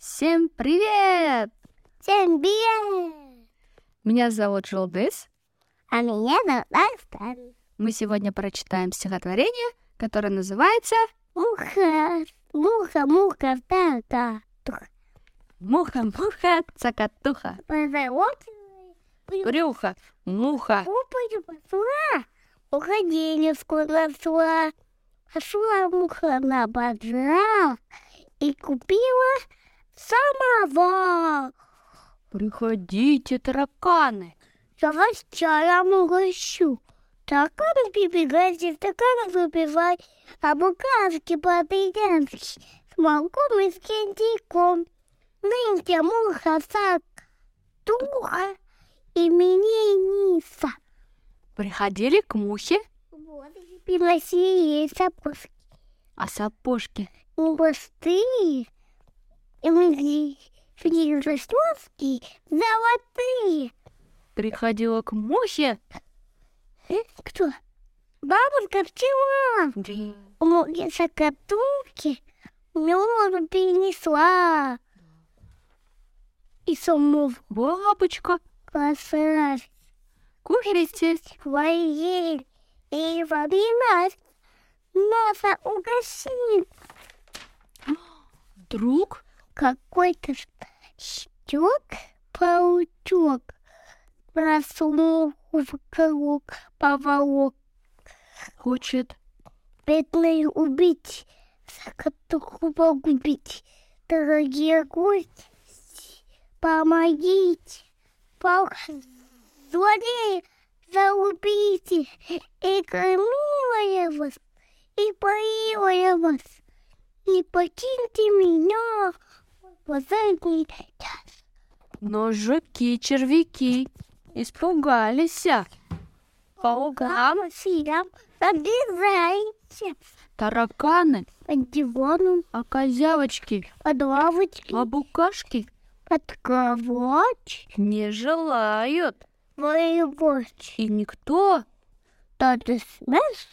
Всем привет! Всем привет! Меня зовут Жулдыс. А меня зовут Астан. Мы сегодня прочитаем стихотворение, которое называется Муха, муха, муха, да, да. «Муха, муха, цокотуха, Позаочили, брюха, муха». купали посла, уходили в куносла. Пошла муха на базар и купила самовар. Приходите, тараканы. Давай чарам угощу. Так он прибегайте, стакан выпивай, а букашки подъедешь с молком и с кендиком. Нынче муха сак, туха, именинница. Приходили к мухе, Вот и приноси ей сапожки. а сапожки И пустые, Ну, и мы золотые. приходила к мухе. Э, Кто? Бабушка пчела. Луки закатулки мед принесла. И сумму Бабочка, косарь кушайте. своей и поднимать носа угасит. Друг, Какой-то щек паучок просунул в круг поволок. хочет Бедный убить, закатуху погубить. Дорогие гости, помогите. Паук злодея зарубите. И кормила я вас, и поила я вас. Не покиньте меня в последний час. Но жуки, червяки испугались. а, Паука, Гамма, сидам, обижайте. тараканы, Под диваном, а козявочки, под лавочкой, а букашки под кровать. не желают. Воевоч, И никто то ты смеешь,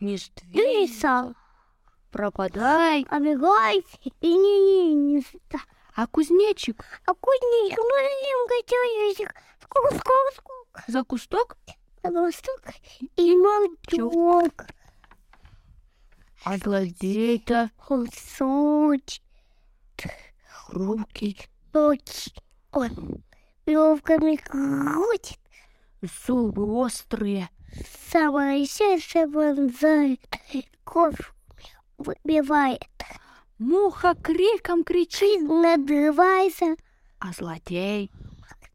не ты сдвинется. сам Пропадай. обегайся и не низко. А кузнечик А кузнечик, ну зачем котеночек? Скук, скук, скук. за кусток, Волосток и молчок. а злодей-то Хусуч, руки ночь. Он веревками крутит, зубы острые. самое сердце вонзает, кожу выбивает. Муха криком кричит, Жизнь надрывается, а злодей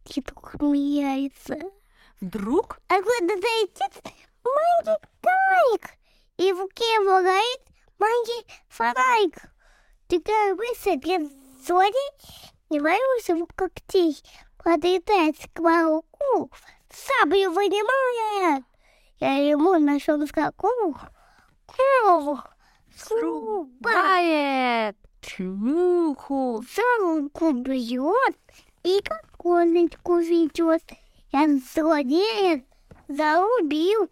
птица меняется. вдруг Откуда зайдет маленький кролик? И в руке его горит маленький фонарик. Такая мысль для злодей не боялся его когтей. Подлетает к пауку, саблю вынимает. Я ему нашел скаку. Клюв, сруба, срубает муху. за руку бьет и коконочку ведет. Я злодея зарубил.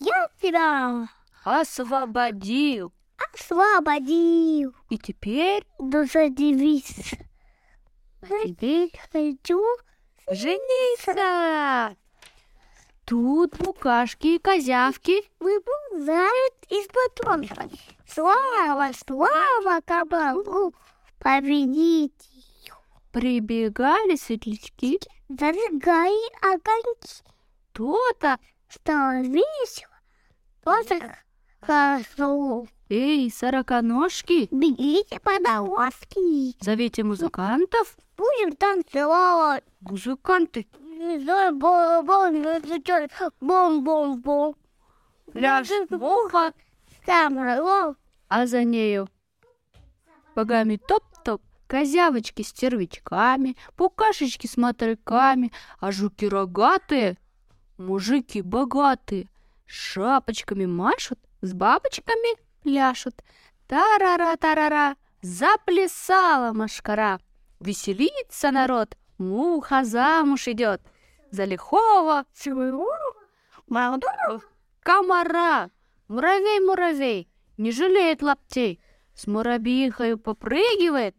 Я тебя освободил. освободил. И теперь Душа девица. тебе Хочу жениться. Тут букашки и козявки выползают из бутонка. Слава, слава кабаку. Победите. прибегали светлячки. Зажигай огоньки. То-то, Стало весело. Тоже хорошо. эй, сороконожки, Бегите подолазки. зовите музыкантов. Будем танцевать. Музыканты, Не знаю, бом-бом, зачем? Бом-бом-бом. пляж, муха, Там рвал. а за нею богами топ-топ. Козявочки с червячками, пукашечки с матриками, а жуки рогатые, мужики богатые, с шапочками машут, с бабочками пляшут. Тарара-тарара, заплясала машкара. Веселится народ, муха замуж идет. За лихого Своего молодого комара, муравей-муравей, не жалеет лаптей, с муравьихою попрыгивает,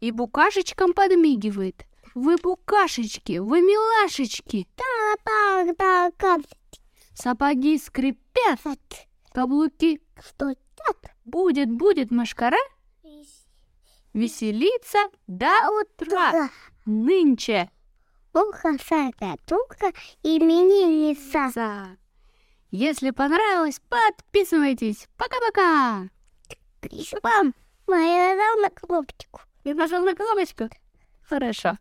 и букашечкам подмигивает. Вы букашечки, вы милашечки. Папа, да, Сапоги скрипят, каблуки. Что так? Будет, будет мошкара веселиться до утра. А Да. Нынче. Плохо сагатука имени лиса. За. Если понравилось, подписывайтесь. Пока-пока. Пришла моя рана кнопочку. И нажал на кнопочку. Хорошо.